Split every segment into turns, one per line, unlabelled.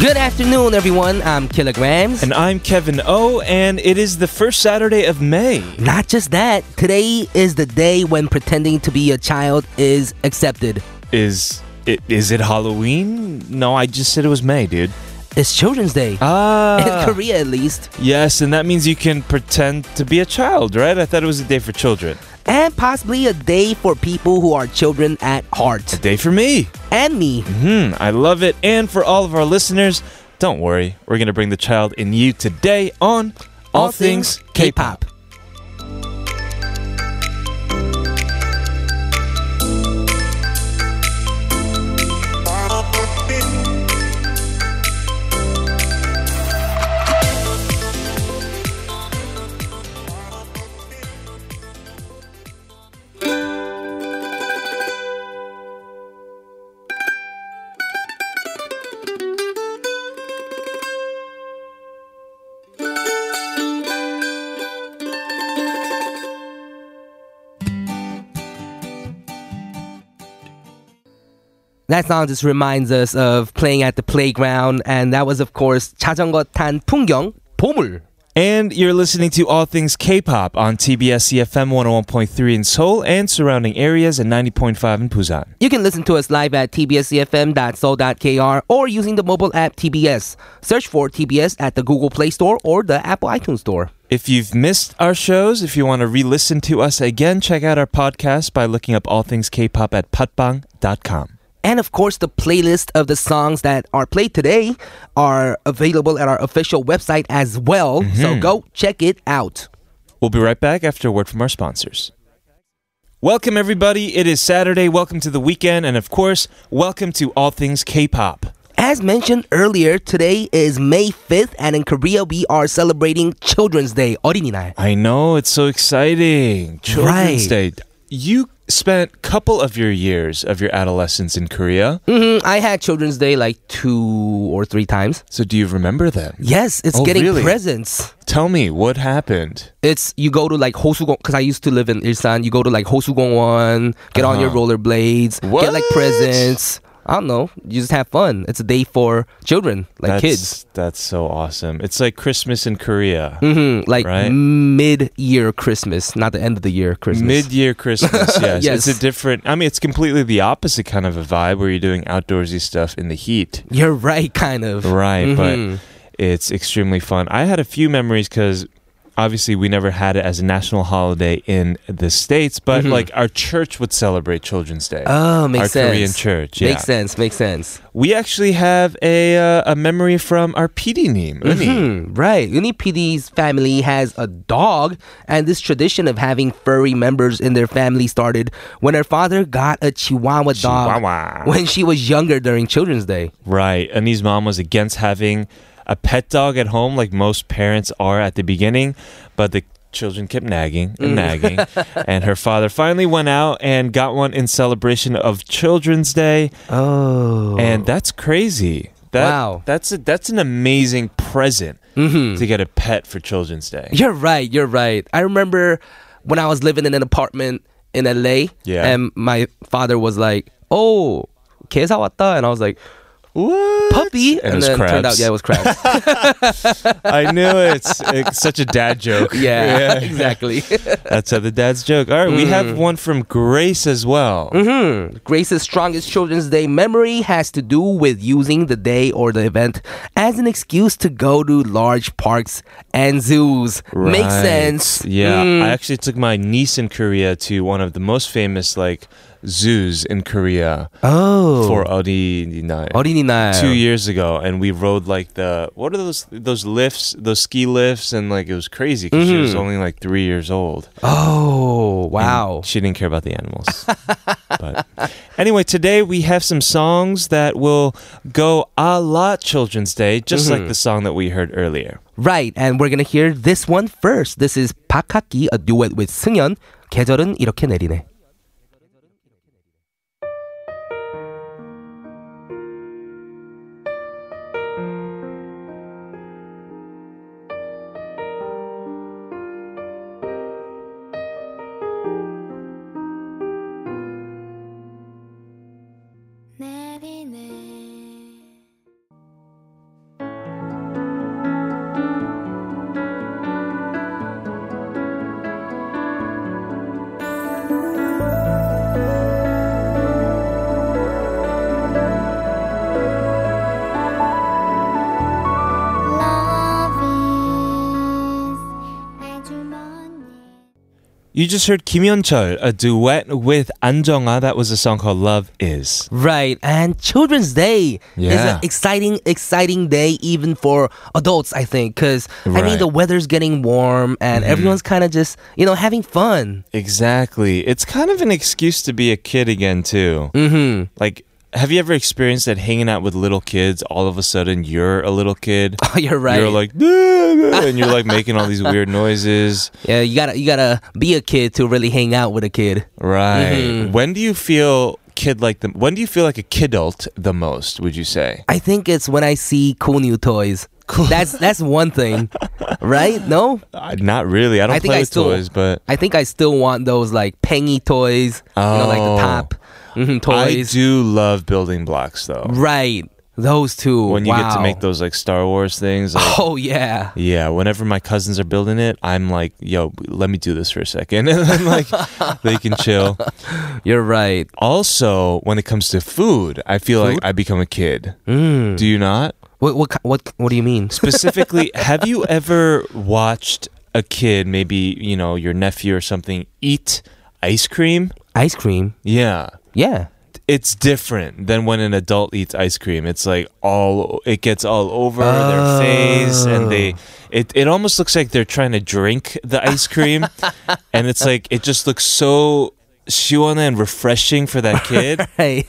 Good afternoon, everyone. I'm Kilograms.
And I'm Kevin O, and it is the first Saturday of May.
Not just that, today is the day when pretending to be a child is accepted.
Is it is it Halloween? No, I just said it was May, dude.
It's Children's Day. In
Ah,
Korea, at least.
yes, and that means you can pretend to be a child, right? I thought it was a day for children.
And possibly a day for people who are children at heart.
Day for me.
And me.
Hmm, I love it. And for all of our listeners, don't worry, we're gonna bring the child in you today on All, Things K-pop.
That song just reminds us of playing at the playground, and that was, of course, 자전거 탄 풍경 보물.
And you're listening to All Things K-pop on TBS EFM 101.3 in Seoul and surrounding areas and 90.5 in Busan.
You can listen to us live at tbscfm.soul.kr or using the mobile app TBS. Search for TBS at the Google Play Store or the Apple iTunes Store.
If you've missed our shows, if you want to re-listen to us again, check out our podcast by looking up All Things K-pop at patbang.com.
And of course, the playlist of the songs that are played today are available at our official website as well.
Mm-hmm.
So go check it out.
We'll be right back after a word from our sponsors. Welcome everybody. It is Saturday. Welcome to the weekend and of course, welcome to All Things K-pop.
As mentioned earlier, today is May 5th, and in Korea, we are celebrating Children's Day, 어린이날.
I know it's so exciting. Children's
Right.
Day. You spent couple of your years of your adolescence in Korea.
hmm I had Children's Day like two or three times.
So do you remember them?
Yes, it's
Oh,
getting
really?
presents.
Tell me what happened.
It's you go to like Hosugong because I used to live in Ilsan. You go to like Hosugongwon, get on your rollerblades, get like
Uh-huh. What?
presents. I don't know. You just have fun. It's a day for children, like
that's,
kids.
That's so awesome. It's like Christmas in Korea.
hmm Like
Right.
mid-year Christmas, not the end of the year Christmas.
Mid-year Christmas, yes.
Yes.
It's a different. I mean, it's completely the opposite kind of a vibe where you're doing outdoorsy stuff in the heat,
You're right, kind of.
right?
Mhm.
But it's extremely fun. I had a few memories because obviously we never had it as a national holiday in the states, but
Mhm.
like our church would celebrate Children's Day.
Oh, makes
our
sense.
Korean church, yeah.
Makes sense. Makes sense.
We actually have a uh, a memory from our PD name,
Mhm, Right. Uni PD's family has a dog, and this tradition of having furry members in their family started when her father got a Chihuahua,
Chihuahua.
dog when she was younger during Children's Day.
Right. Ani's mom was against having a pet dog at home, like most parents are at the beginning, but the children kept
Mm.
nagging and nagging. and her father finally went out and got one in celebration of Children's Day.
Oh.
And that's crazy. That,
Wow. Mm-hmm.
That's, a, that's an amazing present to get a pet for Children's Day.
You're right. You're right. I remember when I was living in an apartment in LA,
Yeah.
and my father was like, "Oh, 개사 왔다," and I was like,
What?
"Puppy,"
And it was
then it turned out
crabs.
yeah, it was crabs.
I knew it. It's, it's such a dad joke.
yeah, exactly. Mm.
That's how the dad's joke. All right, we have one from Grace as well.
Grace's strongest Children's Day memory has to do with using the day or the event as an excuse to go to large parks and zoos. Makes
Right.
sense. Mm.
Yeah, I actually took my niece in Korea to one of the most famous like zoos in Korea
Oh.
for 어린이날.
어린이날.
Two years ago, and we rode like the what are those those lifts, those ski lifts, and like it was crazy because she was
Mm-hmm.
only like three years old.
Oh, wow.
She didn't care about the animals. but anyway, today we have some songs that will go a la Children's Day, just
Mm-hmm.
like the song that we heard earlier.
Right, and we're gonna hear this one first. This is 박학기, a duet with 승연. 계절은 이렇게 내리네.
내리네
You just heard Kim Yeonchul, a duet with An Jong-ah. That was a song called Love Is.
Right, and Children's Day is an
Yeah.
exciting, exciting day even for adults, I think, because I mean
Right. Mm-hmm.
the weather's getting warm and everyone's kind of just you know having fun.
Exactly. It's kind of an excuse to be a kid again, too. Mm-hmm. Like, have you ever experienced that hanging out with little kids, all of a sudden you're a little kid?
Oh, you're right.
You're like, "Nah, nah," and you're like making all these weird noises.
yeah, you gotta you gotta be a kid to really hang out with a kid.
Right. When do you feel kid like the when do you feel like a kidult the most, would you say?
I think it's when I see cool new toys. Cool. That's that's one thing, right? No,
Uh, not really. I don't
I think
play
I
with
still-
toys, but
I think I still want those like pengy toys. You know, like the
Oh.
top mhm,
I
toys.
do love building blocks though.
Right, those two.
When you get to
Wow.
make those like Star Wars things. Like,
Oh yeah.
Yeah, whenever my cousins are building it, I'm like, yo, let me do this for a second. And then, like, they can chill.
You're right.
Also, when it comes to food, I feel like I become a kid. Do you not?
What what ki- what what do you mean?
Specifically, have you ever watched a kid, maybe, you know, your nephew or something, eat ice cream?
Ice cream.
Yeah.
Yeah.
It's different than when an adult eats ice cream. It's like all it gets all over their face and they
Oh.
it, it almost looks like they're trying to drink the ice cream and it's like it just looks so shiwana and refreshing for that kid.
Right.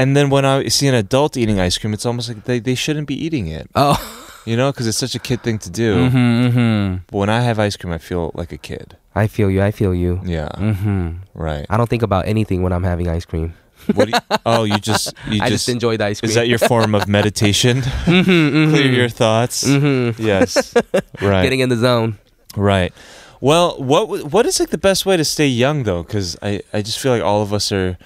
And then when I see an adult eating ice cream, it's almost like they, they shouldn't be eating it.
oh.
You know, because it's such a kid thing to do.
Mm-hmm.
But when I have ice cream, I feel like a kid.
I feel you. I feel you.
Yeah,
Mm-hmm.
right.
I don't think about anything when I'm having ice cream.
What do you, oh, you just you
I just,
just,
enjoy the ice cream.
is that your form of meditation?
Mm-hmm,
Clear your thoughts.
Mhm.
Yes, right,
Getting in the zone.
right. Well, what w- what is like the best way to stay young though? Because I I just feel like all of us are,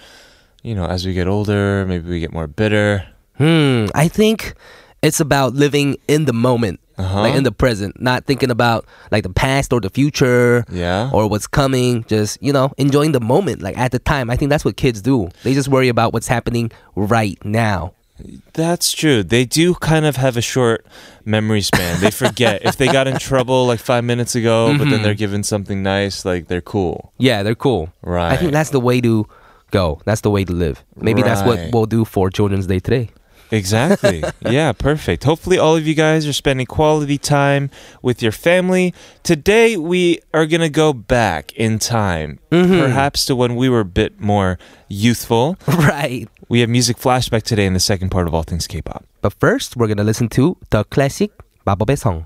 you know, as we get older, maybe we get more bitter.
Hmm. I think it's about living in the moment,
Uh-huh.
like in the present, not thinking about like the past or the future.
Yeah.
Or what's coming, just you know, enjoying the moment, like at the time. I think that's what kids do. They just worry about what's happening right now.
That's true. They do kind of have a short memory span. They forget if they got in trouble like five minutes ago, but
Mm-hmm.
then they're given something nice, like they're cool.
Yeah, they're cool.
Right.
I think that's the way to go. That's the way to live. Maybe that's what
Right.
we'll do for Children's Day today.
exactly. yeah, perfect. Hopefully, all of you guys are spending quality time with your family. Today, we are going to go back in time,
Mm-hmm.
perhaps to when we were a bit more youthful.
right.
We have music flashback today in the second part of All Things K pop.
But first, we're going to listen to the classic 마법의 성.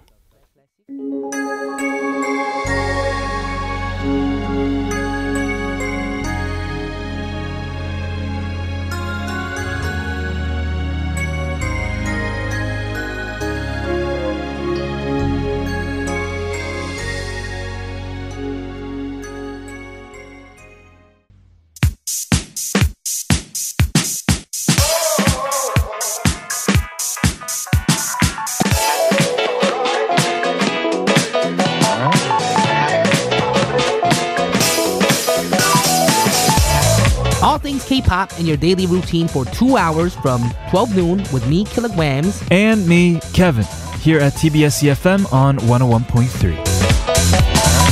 All things K-pop in your daily routine for two hours from 12 noon with me, Kilograms.
and me, Kevin, here at TBS EFM E on 101.3.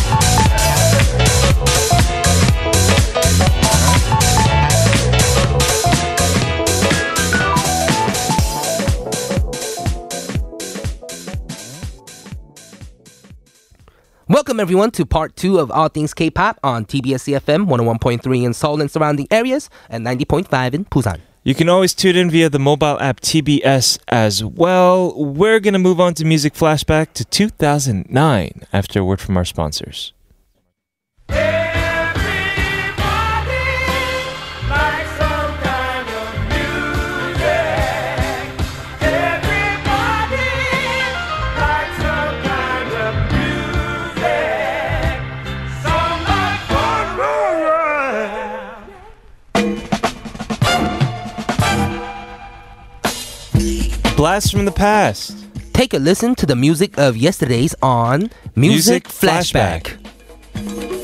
Welcome everyone to part two of All Things K-pop on TBS CFM 101.3 in Seoul and surrounding areas and 90.5 in Busan.
You can always tune in via the mobile app TBS as well. We're going to move on to music flashback to 2009 after a word from our sponsors. Blast from the past.
Take a listen to the music of yesterday's on Music,
Music
Flashback.
Flashback.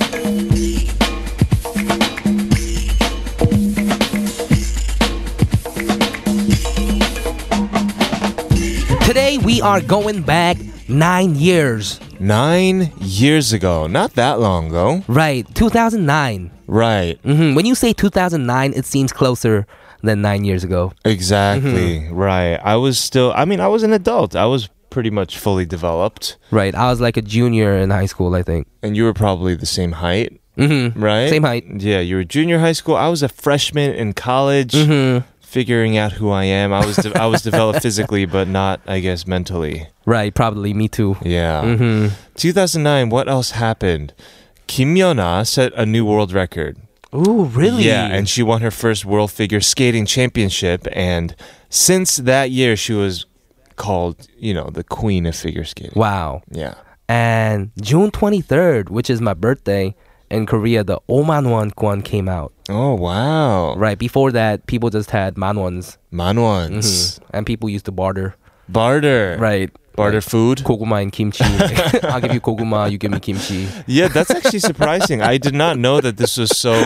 Today we are going back nine years
Nine years ago, not that long ago.
Right, 2009.
Right,
hmm When you say 2009, it seems closer than nine years ago.
exactly.
Mm-hmm.
Right. I was still, I mean, I was an adult. I was pretty much fully developed.
Right, I was like a junior in high school, I think.
And you were probably the same height,
hmm
right?
Same height.
Yeah, you were junior high school. I was a freshman in college.
hmm
Figuring out who I am, I was de- I was developed physically, but not, I guess, mentally.
Right, probably me too.
Yeah.
hmm
2009. What else happened? Kim Yona set a new world record.
Ooh, really?
Yeah, and she won her first World Figure Skating Championship, and since that year, she was called, you know, the queen of figure skating.
wow.
Yeah.
And June 23rd, which is my birthday in Korea, the Omanwon Kwan came out.
Oh wow.
Right before that, people just had manwons,
Manwans.
Mhm. and people used to barter.
Barter.
Right,
Barter food.
koguma and kimchi. I'll give you koguma, you give me kimchi.
Yeah, that's actually surprising. I did not know that this was so,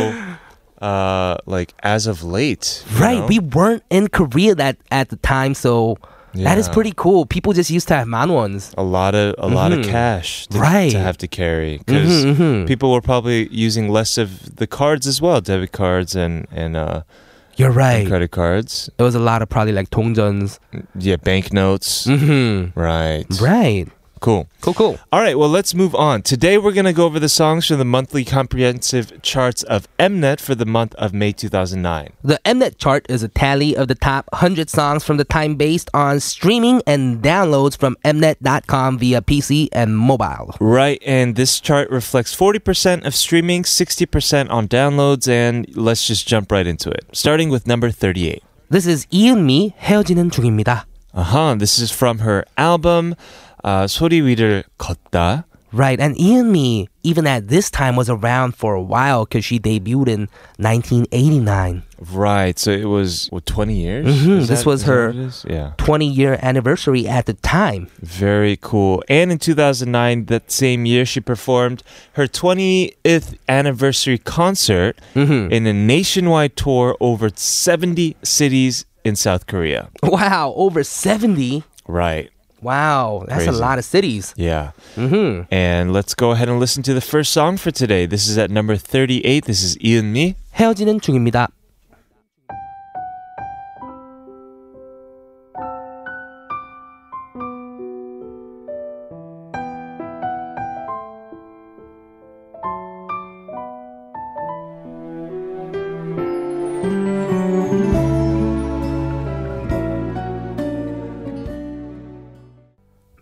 uh, like as of late. you
Right,
know?
we weren't in Korea that at the time, so that is
Yeah.
pretty cool. People just used to have manwons.
a lot of a lot of
Mhm.
cash to,
Right.
to have to carry because
Mhm, mhm.
people were probably using less of the cards as well, debit cards and and uh,
You're right.
and credit cards.
It was a lot of probably like dongjeons.
Yeah, banknotes.
hmm
Right.
Right.
Cool.
Cool, cool.
All right, well, let's move on. Today we're going to go over the songs from the monthly comprehensive charts of Mnet for the month of May 2009.
The Mnet chart is a tally of the top 100 songs from the time based on streaming and downloads from Mnet.com via PC and mobile.
Right, and this chart reflects 40% of streaming, 60% on downloads, and let's just jump right into it. Starting with number 38.
This is 이은미 헤어지는 중입니다.
Uh-huh, this is from her album uh, 소리 위를 걷다.
Right, and Ianmi, even at this time, was around for a while because she debuted in 1989,
Right, so it was what, 20 years?
Mhm,
Is
this was
is that
her-
what it is? Yeah.
20 year anniversary at the time.
Very cool. And in 2009, that same year, she performed her 20th anniversary concert in a nationwide tour over 70 cities in South Korea.
Wow, over 70.
Right.
Wow, that's a
Crazy.
lot of cities.
Yeah. Mm-hmm. And let's go ahead and listen to the first song for today. This is at number 38. This is Ian Me.
헤어지는 중입니다.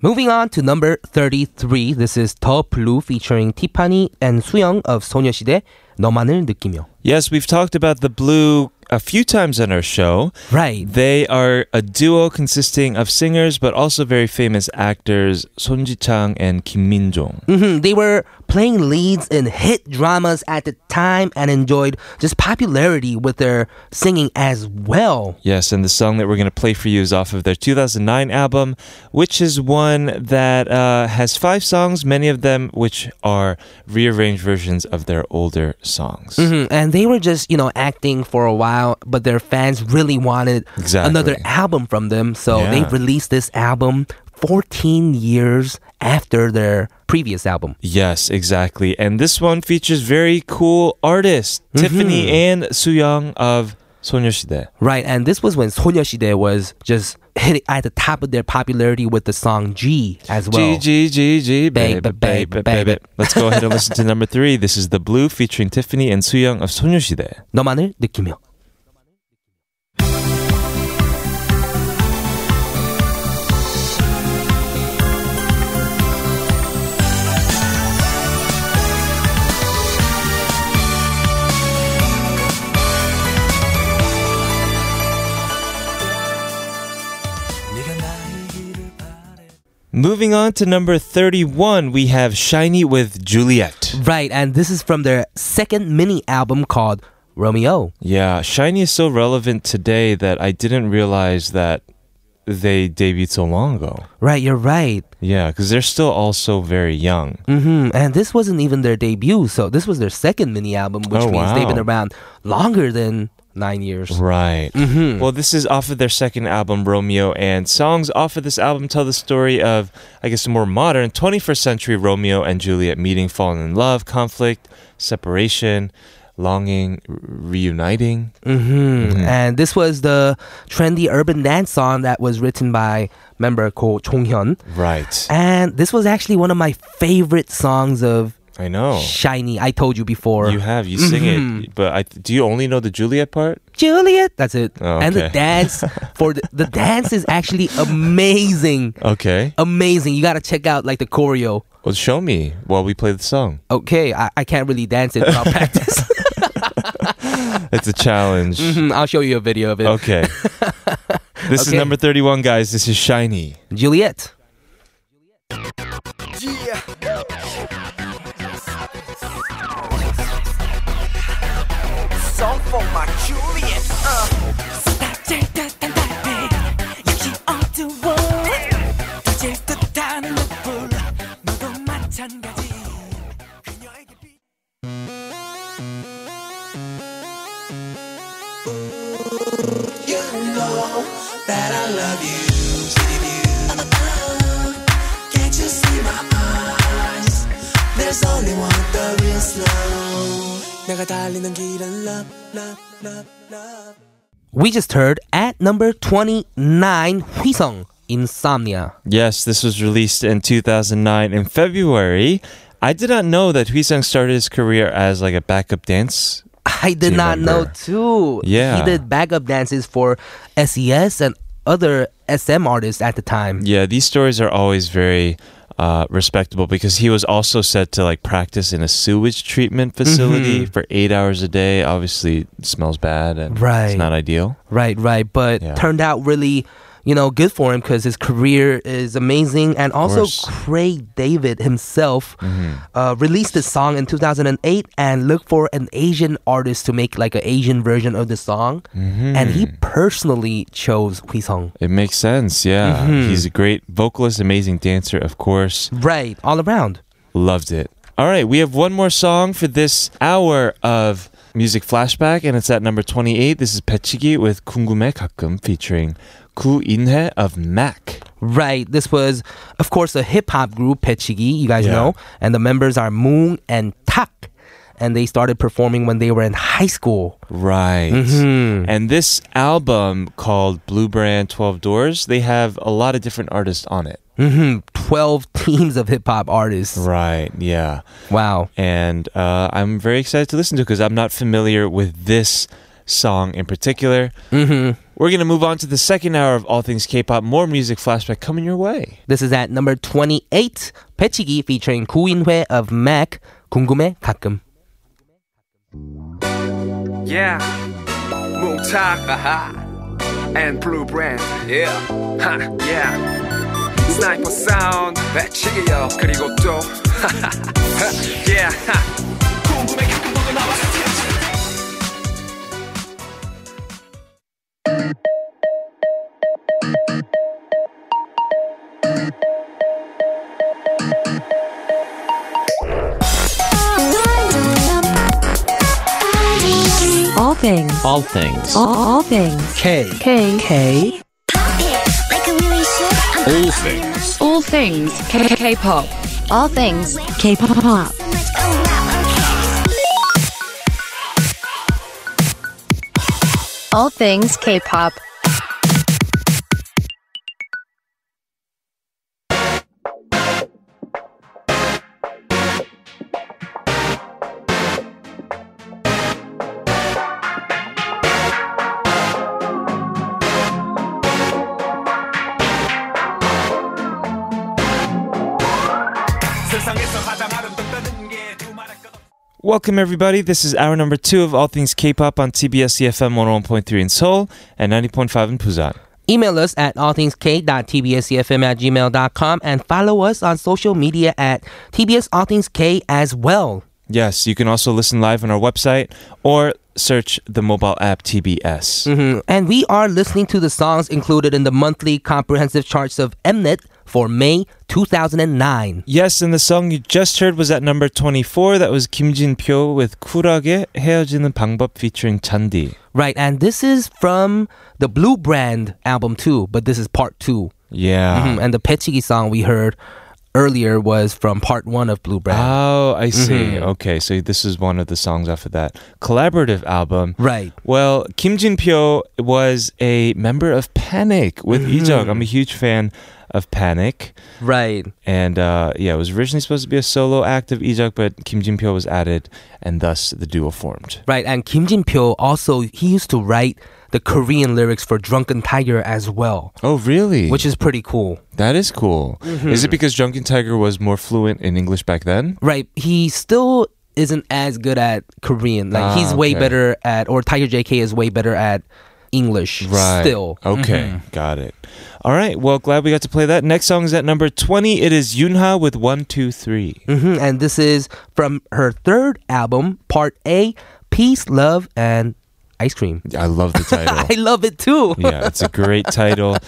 Moving on to number 33, this is 더 블루 featuring 티파니 and 수영 of 소녀시대 너만을 느끼며.
Yes, we've talked about the blue a few times on our show.
Right.
They are a duo consisting of singers but also very famous actors Son Ji-chang and Kim Min-jong.
hmm They were playing leads in hit dramas at the time and enjoyed just popularity with their singing as well.
Yes, and the song that we're going to play for you is off of their 2009 album, which is one that uh, has five songs, many of them which are rearranged versions of their older songs.
Mhm. And they were just, you know, acting for a while, but their fans really wanted
Exactly.
another album from them. So
Yeah.
they released this album 14 years after their previous album.
Yes, exactly. And this one features very cool artists, Tiffany and Suyoung of 소녀시대.
Right. And this was when Soneoshide was just hitting at the top of their popularity with the song G as well.
G G G G
Baby,
baby baby
baby, baby.
baby. Let's go ahead and listen to number three. This is the Blue featuring Tiffany and Suyoung of 소녀시대.
너만을 느끼며.
Moving on to number 31, we have Shiny with Juliet.
Right, and this is from their second mini album called Romeo.
Yeah, Shiny is so relevant today that I didn't realize that they debuted so long ago.
Right, you're right.
Yeah, because they're still also very young.
hmm And this wasn't even their debut, so this was their second mini album, which
Oh,
means they've been
wow.
around longer than nine years.
Right.
Mm-hmm.
Well, this is off of their second album, Romeo, and songs off of this album tell the story of, I guess, a more modern 21st century Romeo and Juliet meeting, falling in love, conflict, separation, longing, r- reuniting.
Mm-hmm.
Mhm.
And this was the trendy urban dance song that was written by member Ko Chong Hyun.
Right.
And this was actually one of my favorite songs of
I know.
Shiny. I told you before.
Oh. You have you sing
Mhm.
it, but I do you only know the Juliet part?
Juliet. That's it.
Oh,
And the
okay.
dance for the, the dance is actually amazing.
Okay,
Amazing. You got to check out like the choreo.
well show me while we play the song.
Okay, I, I can't really dance it without practice.
It's a challenge.
Mhm, I'll show you a video of it.
Okay, this is
Okay.
number thirty-one, guys. This is Shiny.
Juliet.
song for my Juliet. Uh, you know that I love you. Love you. Can't you see my eyes? There's only one that is love. 내가 달리는 길은 love, love, love, love.
We just heard at number 29, Huisong, Insomnia.
Yes, this was released in 2009 in February. I did not know that Huisang started his career as like a backup dance.
I did
Team
not know
member.
too. He
Yeah.
did backup dances for SES and other SM artists at the time.
Yeah, these stories are always very uh, respectable because he was also said to like practice in a sewage treatment facility
Mm-hmm.
for eight hours a day. Obviously, it smells bad and
Right.
it's not ideal.
Right, right. But
Yeah.
turned out really, you know, good for him because his career is amazing. And also,
course. Mm-hmm.
Craig David himself uh, released this song in 2008 and looked for an Asian artist to make like an Asian version of the song.
Mm-hmm.
And he personally chose Huisong.
It makes sense. Yeah, he's a great vocalist, amazing dancer, of course.
Right, all around.
Loved it. All right, we have one more song for this hour of music flashback, and it's at number 28. This is Pechigi with 궁금해 가끔 featuring Ku Inhe of Mac.
Right. This was, of course, a hip hop group, Pechigi, you guys
Yeah.
know. And the members are Moon and Tak. And they started performing when they were in high school.
Right. And this album called Blue Brand 12 Doors, they have a lot of different artists on it.
hmm 12 teams of hip hop artists.
Right, yeah.
Wow.
And uh, I'm very excited to listen to because I'm not familiar with this song in particular.
hmm
We're going to move on to the second hour of All Things K pop, more music flashback coming your way.
This is at number 28, Pechigi featuring Ku Inhwe of Mac, 궁금해 가끔.
Yeah, Moongtak, aha, and Blue Brand, yeah, ha, yeah. Sniper sound, 배치기요, 그리고 또, 하하하, yeah, ha. 궁금해 가끔 뭐가 나와서 튀어나와.
All things.
All things.
All, all things.
K.
K.
K.
All things. All things. K. K-pop. All things. K-pop. All things K-pop.
세상에서 가장 아름답다는 게 두말할 것 없-
Welcome, everybody. This is hour number two of All Things K pop on TBS EFM 101.3 in Seoul and 90.5 in Busan.
Email us at allthingsk.tbscfm E at gmail.com and follow us on social media at TBS All Things K as well.
Yes, you can also listen live on our website or search the mobile app TBS.
Mm-hmm. Mhm. And we are listening to the songs included in the monthly comprehensive charts of Mnet for May 2009.
Yes, and the song you just heard was at number 24. That was Kim Jin Pyo with 쿨하게 헤어지는 방법 featuring Chandi.
Right, and this is from the Blue Brand album too, but this is part 2
Yeah.
Mhm, And the Pechigi song we heard earlier was from part one of Blue Brand.
Oh, I see. Okay, so this is one of the songs after that collaborative album.
right.
Well, Kim Jin Pyo was a member of Panic with mm I'm a huge fan of Panic.
Right.
And uh, yeah, it was originally supposed to be a solo act of Ijeok, but Kim Jin Pyo was added, and thus the duo formed.
Right, and Kim Jin Pyo also he used to write the Korean lyrics for Drunken Tiger as well,
Oh, really?
which is pretty cool.
that is cool. Is it because Drunken Tiger was more fluent in English back then?
Right, he still isn't as good at Korean. Like
Ah,
he's way
okay.
better at or Tiger JK is way better at English still. Mm-hmm.
Okay, got it. All right, well, glad we got to play that. Next song is at number 20. It is Yunha with 1, 2, 3.
hmm And this is from her third album, Part A, Peace, Love, and Ice Cream.
I love the title.
I love it too.
yeah, it's a great title.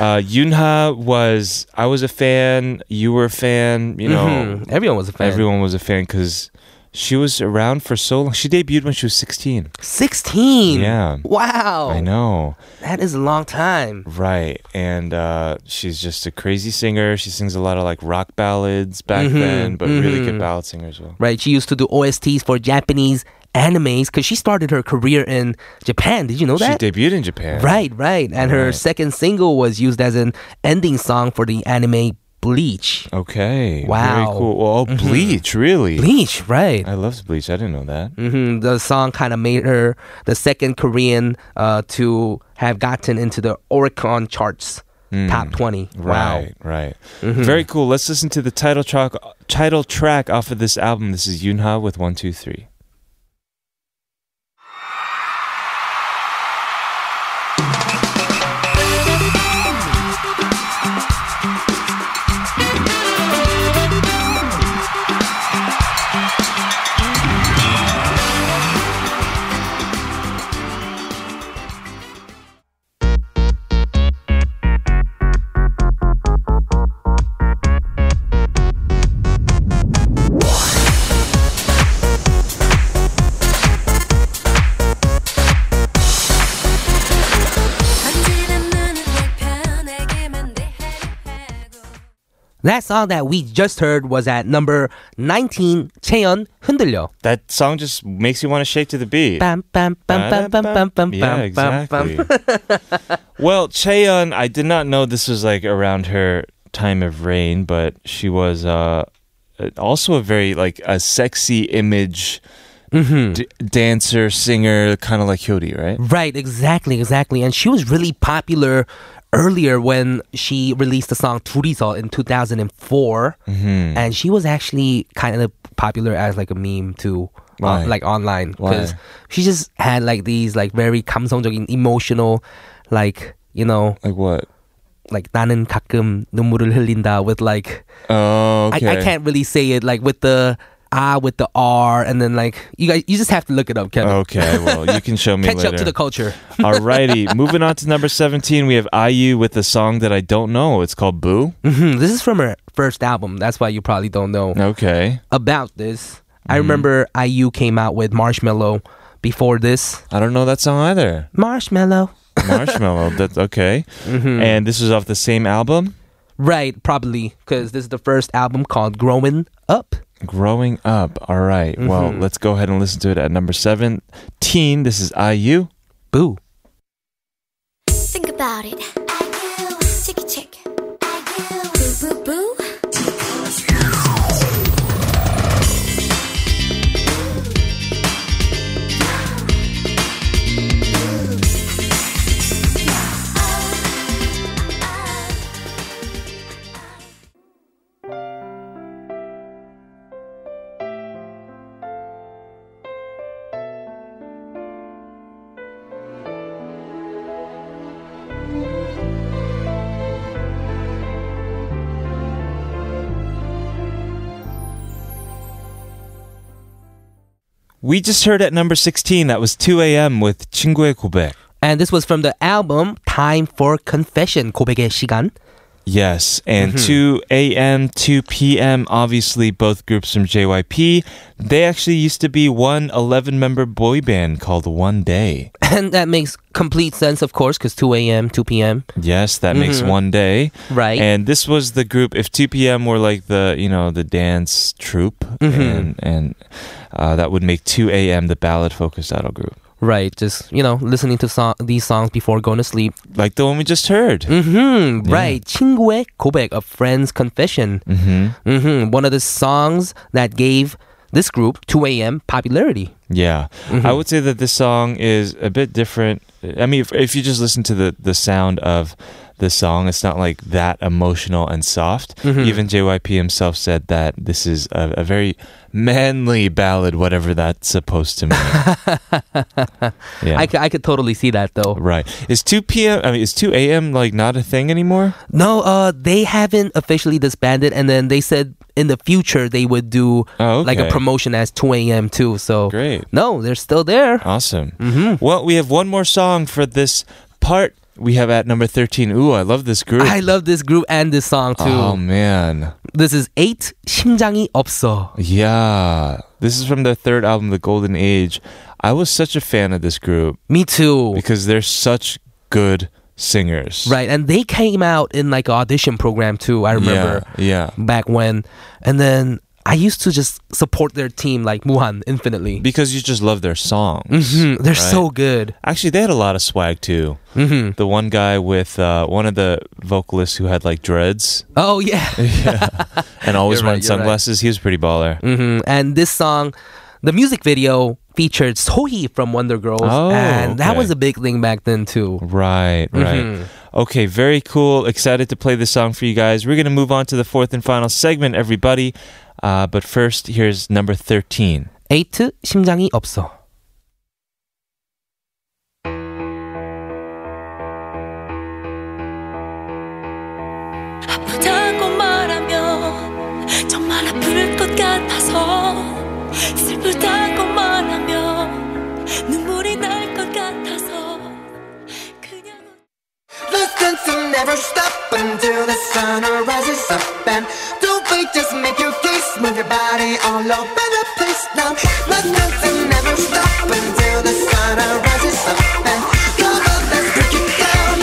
Uh, Yunha was I was a fan. You were a fan. You know,
Mhm. Everyone was a fan.
everyone was a fan because she was around for so long. She debuted when she was sixteen.
16.
Yeah.
Wow.
I know,
That is a long time.
right? And uh, she's just a crazy singer. She sings a lot of like rock ballads back
Mm-hmm.
then, but really good ballad singer as well.
right? She used to do OSTs for Japanese animes because she started her career in Japan. Did you know that?
She debuted in Japan.
Right, right. And her
Right.
second single was used as an ending song for the anime Bleach.
Okay. Very
Wow. Mm-hmm.
cool. Well, oh, Bleach, really?
Bleach, right.
I loved Bleach. I didn't know that.
hmm The song kind of made her the second Korean uh, to have gotten into the Oricon charts top 20. Wow.
Mm.
Mm-hmm.
Right, right. Very cool. Let's listen to the title track title track off of this album. This is Yunha with one, two, three.
언제나 너는 날 편하게만 대하고
That song that we just heard was at number 19, Cheon 흔들려.
That song just makes you want to shake to the beat.
Bam, bam, bam, bam, bam, bam, bam,
yeah,
bam, bam, bam.
exactly. well, Cheon, I did not know this was like around her time of reign, but she was uh, also a very like a sexy image
Mm-hmm.
d- dancer, singer, kind of like Hyori, right?
Right, exactly, exactly. And she was really popular earlier when she released the song Turiso in 2004.
Mm-hmm.
And she was actually kind of popular as like a meme too.
Why?
on- like online because
Why?
she just had like these like very 감성적인 emotional like you know
Like what?
like 나는 가끔 눈물을 흘린다 with like
Oh, okay.
I, I can't really say it like with the ah with the r and then like you guys you just have to look it up Kevin
Okay, well, you can show me
catch
later.
up to the culture
Alrighty, moving on to number 17, we have IU with a song that I don't know. It's called Boo.
Hmm, this is from her first album. That's why you probably don't know
Okay.
about this. I
Mm-hmm.
remember IU came out with Marshmallow before this.
I don't know that song either.
Marshmallow.
Marshmallow, that's okay. And this was off the same album,
Right, probably, because this is the first album called Growing Up.
Growing Up. All right, well, let's go ahead and listen to it at number 17. This is IU.
Boo.
Think about it. I do. Check it, check. I do. Boo, boo, boo.
We just heard at number 16, that was 2 a.m. with Chingue Quebec.
And this was from the album Time for Confession, 고백의 시간.
Yes, and 2 a.m., 2 p.m., obviously both groups from JYP. They actually used to be one 11 member boy band called One Day.
And that makes complete sense, of course, because 2 a.m., 2 p.m.
Yes, that makes One Day.
Right.
And this was the group, if 2 p.m. were like the, you know, the dance troupe,
Mm-hmm.
and, and uh, that would make 2 a.m. the ballad focused idol group.
Right, just, you know, listening to so- these songs before going to sleep.
Like the one we just heard.
hmm Right, 친구의 고백, a friend's confession.
hmm
hmm One of the songs that gave this group, 2 a.m., popularity.
Yeah,
Mm-hmm.
I would say that this song is a bit different. I mean, if, if you just listen to the the sound of the song, it's not like that emotional and soft.
Mm-hmm.
Even JYP himself said that this is a, a very manly ballad, whatever that's supposed to mean. yeah.
I, cou- I could totally see that, though.
Right. Is 2 p.m. I mean, is 2 a.m. like not a thing anymore?
No, uh, they haven't officially disbanded, and then they said in the future they would do
Oh,
like a
okay.
promotion as 2 a.m. too. So
Great.
no, they're still there.
Awesome.
Mm-hmm.
Well, we have one more song for this part. We have at number 13. Ooh, I love this group.
I love this group and this song too.
Oh, man.
this is eight 심장이 없어.
Yeah. This is from their third album, The Golden Age. I was such a fan of this group
Me too.
because they're such good singers.
Right, and they came out in like an audition program too. I remember
Yeah. yeah.
back when, and then I used to just support their team like Muhan infinitely.
Because you just love their songs.
Mhm, They're so good.
Actually, they had a lot of swag too. Mm-hmm. The one guy with uh, one of the vocalists who had like dreads
Oh yeah.
Mm-hmm. and always
You're right, you're
wearing
right.
sunglasses, he was pretty baller.
Mhm. And this song, the music video featured Sohee from Wonder Girls,
Oh,
and that
okay.
was a big thing back then too. Mm-hmm.
Right, right. Okay, very cool. Excited to play this song for you guys. We're going to move on to the fourth and final segment, everybody. Uh, but first, here's number 13.
에이트 심장이 없어.
아프다고 말하면 정말 아플 것 같아서 슬프다고 말하면 눈물이 날 것 같아서 그냥
Listen to never stop until the sun rises up and don't wait, just make your case. Move your body all over the place now. Listen to never stop until the sun rises up and come on, let's break it down.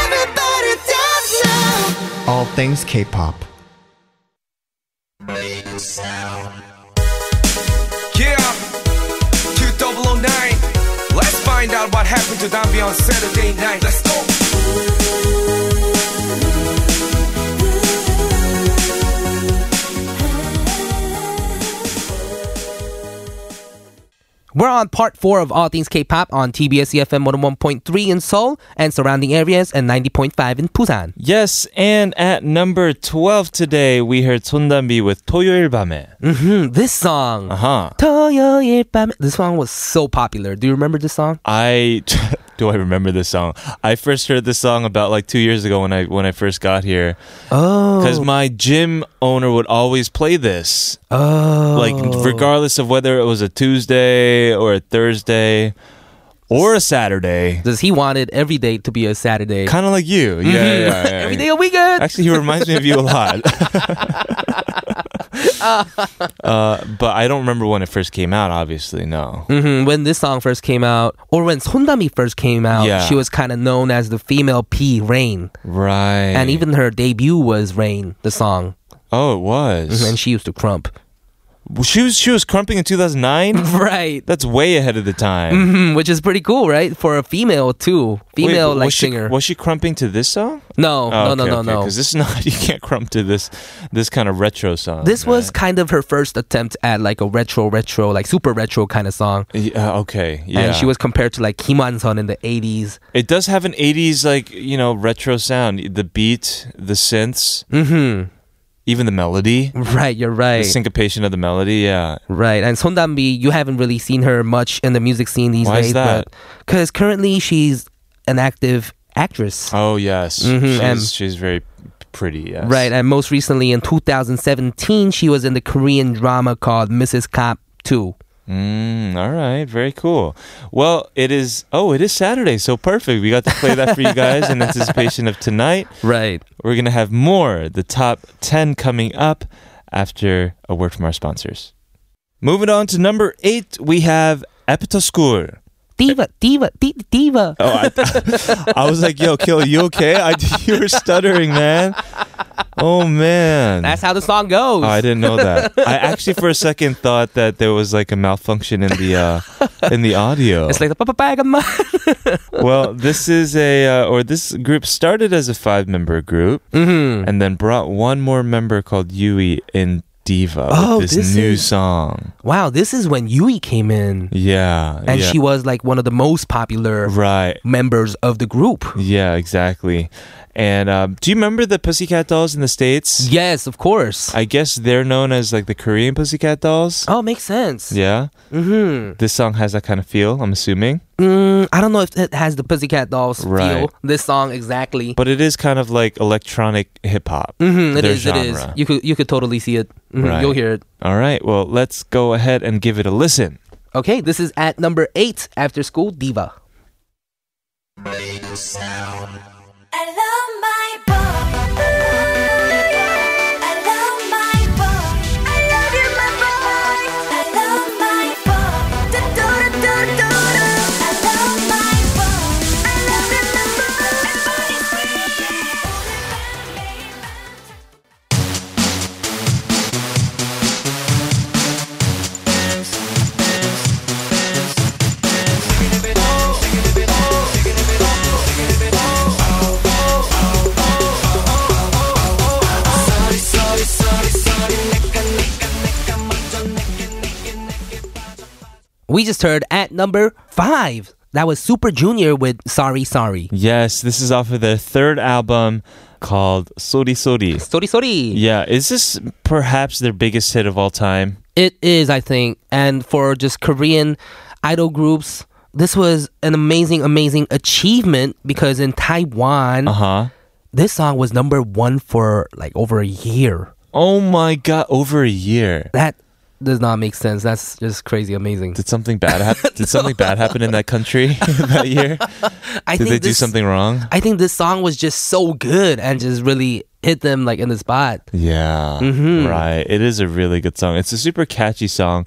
Everybody dance now. All things K-pop.
Yeah, 2009. Let's find out what happened to Dambi on Saturday night. Let's go.
We're on part four of All Things K-pop on TBS EFM 101.3 in Seoul and surrounding areas, and 90.5 in Busan.
Yes, and at number 12 today, we heard Sondanbi with 토요일 밤에.
Hmm, this song.
Uh-huh.
토요일 밤- This song was so popular. Do you remember this song?
I do I remember this song. I first heard this song about like 2 years ago when I when I first got here
Oh,
cuz my gym owner would always play this.
oh.
like regardless of whether it was a Tuesday or a Thursday or a Saturday.
Does he wanted every day to be a Saturday?
Kind of like you. Yeah, yeah, yeah, yeah.
Mm-hmm. every day a weekend.
Actually, he reminds me of you a lot. uh, but I don't remember when it first came out, obviously, no.
hmm When this song first came out, or when Sondami first came out,
Yeah.
she was kind of known as the female P Rain,
Right.
and even her debut was Rain, the song,
Oh, it was.
Mm-hmm. and she used to crump.
She was she was crumping in 2009?
Right,
That's way ahead of the time.
Hmm, which is pretty cool, right? For a female too,
Wait,
female
was
like
she-
singer.
was she crumping to this song?
no,
Oh,
no, no, no,
okay, okay,
no.
'cause this is not you can't crump to this this kind of retro song.
This
right?
was kind of her first attempt at like a retro, retro, like super retro kind of song,
Yeah, uh, okay. Yeah.
and she was compared to like Kim An Sun in the '80s.
It does have an 80s like, you know, retro sound. The beat, the synths,
hmm
even the melody.
Right, you're right.
The syncopation of the melody, yeah.
Right, and Sondambi, you haven't really seen her much in the music scene these
Why is
days,
that?
because currently she's an active actress.
Oh, yes.
Mhm,
She's,
and-
she's very pretty, yes.
Right, and most recently in 2017, she was in the Korean drama called Mrs. Cop 2.
Mm, all right, very cool. Well, it is. Oh, it is Saturday, so perfect. We got to play that for you guys in anticipation of tonight.
Right.
We're gonna have more the top ten coming up after a word from our sponsors. Moving on to number eight, we have Epitoschool.
Diva, diva, di- diva.
Oh, I, I was like, "Yo, kill, you okay? I, you were stuttering, man. Oh man,
That's how the song goes.
Oh, I didn't know that. I actually, for a second, thought that there was like a malfunction in the uh, in the audio.
It's like the papa bag of mine.
well, this is a uh, or this group started as a five member group
Mm-hmm.
and then brought one more member called Yui in Diva
Oh,
with this,
this
new
is-
song.
Wow, this is when Yui came in,
Yeah,
and
yeah.
she was like one of the most popular
right.
members of the group.
Yeah, exactly. And um, do you remember the Pussycat Dolls in the states?
Yes, of course.
I guess they're known as like the Korean Pussycat Dolls.
oh, makes sense.
Yeah. Mm-hmm. This song has that kind of feel. I'm assuming.
Mm, I don't know if it has the Pussycat Dolls feel.
Right.
This song exactly.
but it is kind of like electronic hip hop.
Mhm, it
their
is. It is.
genre.
You could you could totally see it. Mhm,
Right.
You'll hear it.
All right, well, let's go ahead and give it a listen.
Okay, this is at number eight. After school diva.
I love my boy. Ooh, yeah. I love my boy. I love you, my boy. I love my boy. Do do do do do do. I love my boy. I love you, my boy. Everybody's free.
We just heard at number five. That was Super Junior with Sorry Sorry.
Yes, this is off of their third album called Sori Sori.
Sorry sorry.
Yeah, is this perhaps their biggest hit of all time?
It is, I think. And for just Korean idol groups, this was an amazing, amazing achievement because in Taiwan,
Uh huh.
this song was number one for like over a year.
Oh my god, over a year.
That does not make sense. That's just crazy amazing.
Did something bad happen? Did something bad happen in that country that year?
I
Did
think
they do
this-
something wrong?
I think this song was just so good and just really hit them like in the spot.
Yeah,
Mm-hmm.
right. It is a really good song. It's a super catchy song.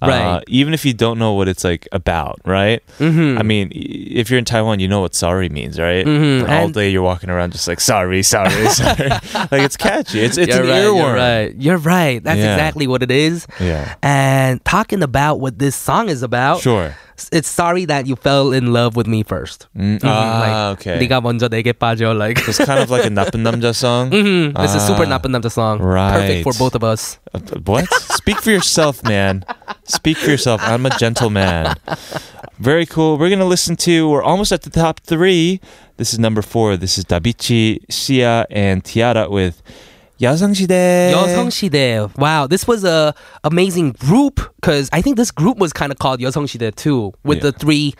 Uh,
Right.
even if you don't know what it's like about, right? Mm-hmm. I mean, i- if you're in Taiwan, you know what "sorry" means, right? But all
Mm-hmm. And-
day you're walking around just like "sorry, sorry, sorry." like it's catchy. It's it's
you're
an
right,
earworm.
You're right. You're right. That's
Yeah.
exactly what it is.
Yeah.
And talking about what this song is about,
Sure.
s- it's sorry that you fell in love with me first.
Mm, Ah,
Mm-hmm. like,
okay.
네가 먼저 내게 빠져. Like, mm,
It's kind of like a napan namja song.
Mm-hmm. this is super
Ah,
napan namja song.
right.
Perfect for both of us.
Uh, What? Speak for yourself, man. Speak for yourself. I'm a gentleman. Very cool. We're going to listen to, we're almost at the top three. This is number four. This is Dabichi, Shia, and Tiara with 여성시대.
여성시대. Wow, this was a amazing group because I think this group was kind of called 여성시대 too with
Yeah.
the three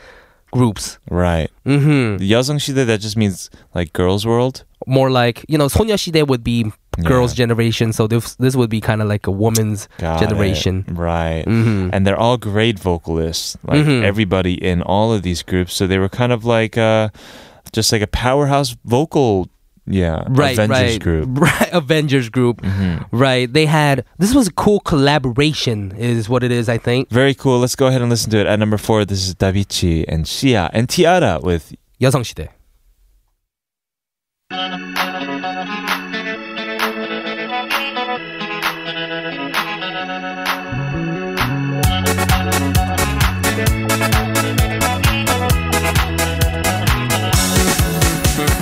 groups.
Right. Mm-hmm. 여성시대, that just means like girls' world.
More like you know, 소녀시대 would be girls' generation, so this this would be kind of like a woman's
Got it.
generation. Mm-hmm.
Right. And they're all great vocalists, like everybody in all of these groups. So they were kind of like uh, just like a powerhouse vocal. Yeah,
right,
Avengers
right,
group. Mm-hmm.
right, Avengers group, right? They had this was a cool collaboration, is what it is, I think.
Very cool. Let's go ahead and listen to it. At number four, this is Davichi and Shia and Tiara with
여성시대.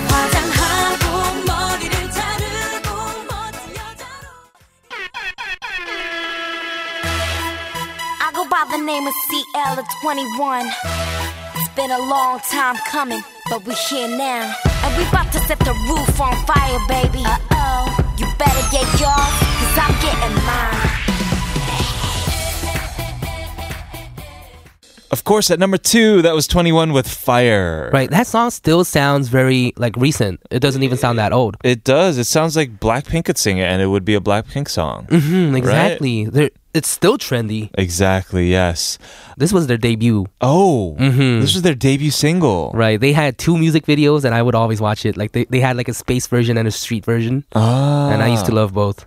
화장하고 머리를 자르고 멋진 여자로 I go by the name of CL at 21 It's been a long time coming but we here now And we about to set the roof on fire baby Uh-oh You better get yours cause I'm getting mine
Of course, at number two, that was 21 with Fire.
Right, that song still sounds very like recent. It doesn't even sound that old. Mm-hmm.
It does. It sounds like Blackpink could sing it and it would be a Blackpink song.
Mm, exactly. There, it's still trendy.
Exactly, yes.
This was their debut,
Oh, this was their debut single.
Mm-hmm. right? They had two music videos, and I would always watch it. Like they, they had like a space version and a street version,
Ah,
and I used to love both.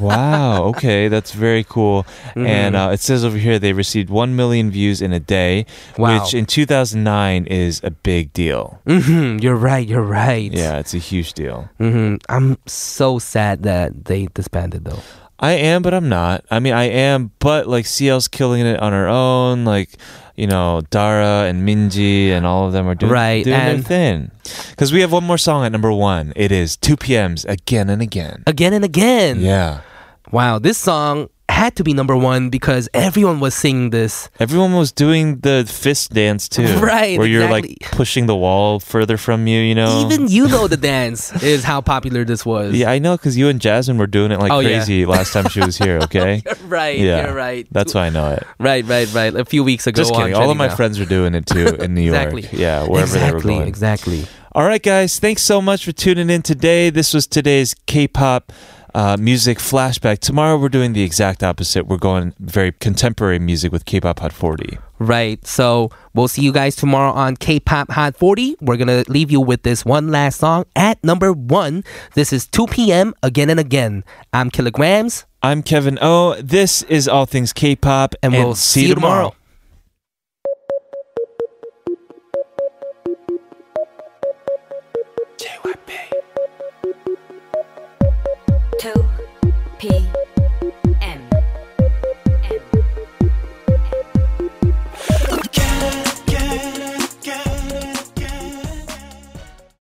wow. Okay, that's very cool.
Mm-hmm.
And uh, it says over here they received one million views in a day,
Wow.
which in 2009 is a big deal.
Hmm, you're right. You're right.
Yeah, it's a huge deal.
hmm I'm so sad that they disbanded though.
I am, but I'm not. I mean, I am, but like CL's killing it on her own. Like, you know, Dara and Minji and all of them are doing,
Right,
doing their
and-
thing. Because we have one more song at number one. It is 2 p.m.'s again and again.
Again and again.
Yeah.
Wow, this song had to be number one because everyone was singing this.
Everyone was doing the fist dance too.
Right,
Where you're like
exactly.
pushing the wall further from you, you know?
Even you know the dance is how popular this was.
Oh. yeah, I know, because you and Jasmine were doing it like
Oh, yeah.
crazy last time she was here, okay?
Right,
yeah,
you're right.
That's why I know it.
Right, right, right. A few weeks ago.
Just
on
kidding. All of
trending
my
now.
friends were doing it too in New York.
Exactly.
Yeah, wherever
exactly,
they were going.
Exactly.
All right, guys, thanks so much for tuning in today. This was today's K pop uh, music flashback. Tomorrow, we're doing the exact opposite. We're going very contemporary music with K pop Hot 40.
Right. So we'll see you guys tomorrow on K-pop Hot 40. We're gonna leave you with this one last song at number one. This is 2 p.m. again and again. I'm Kilograms,
I'm Kevin O. This is All Things K pop,
and, we'll see you tomorrow.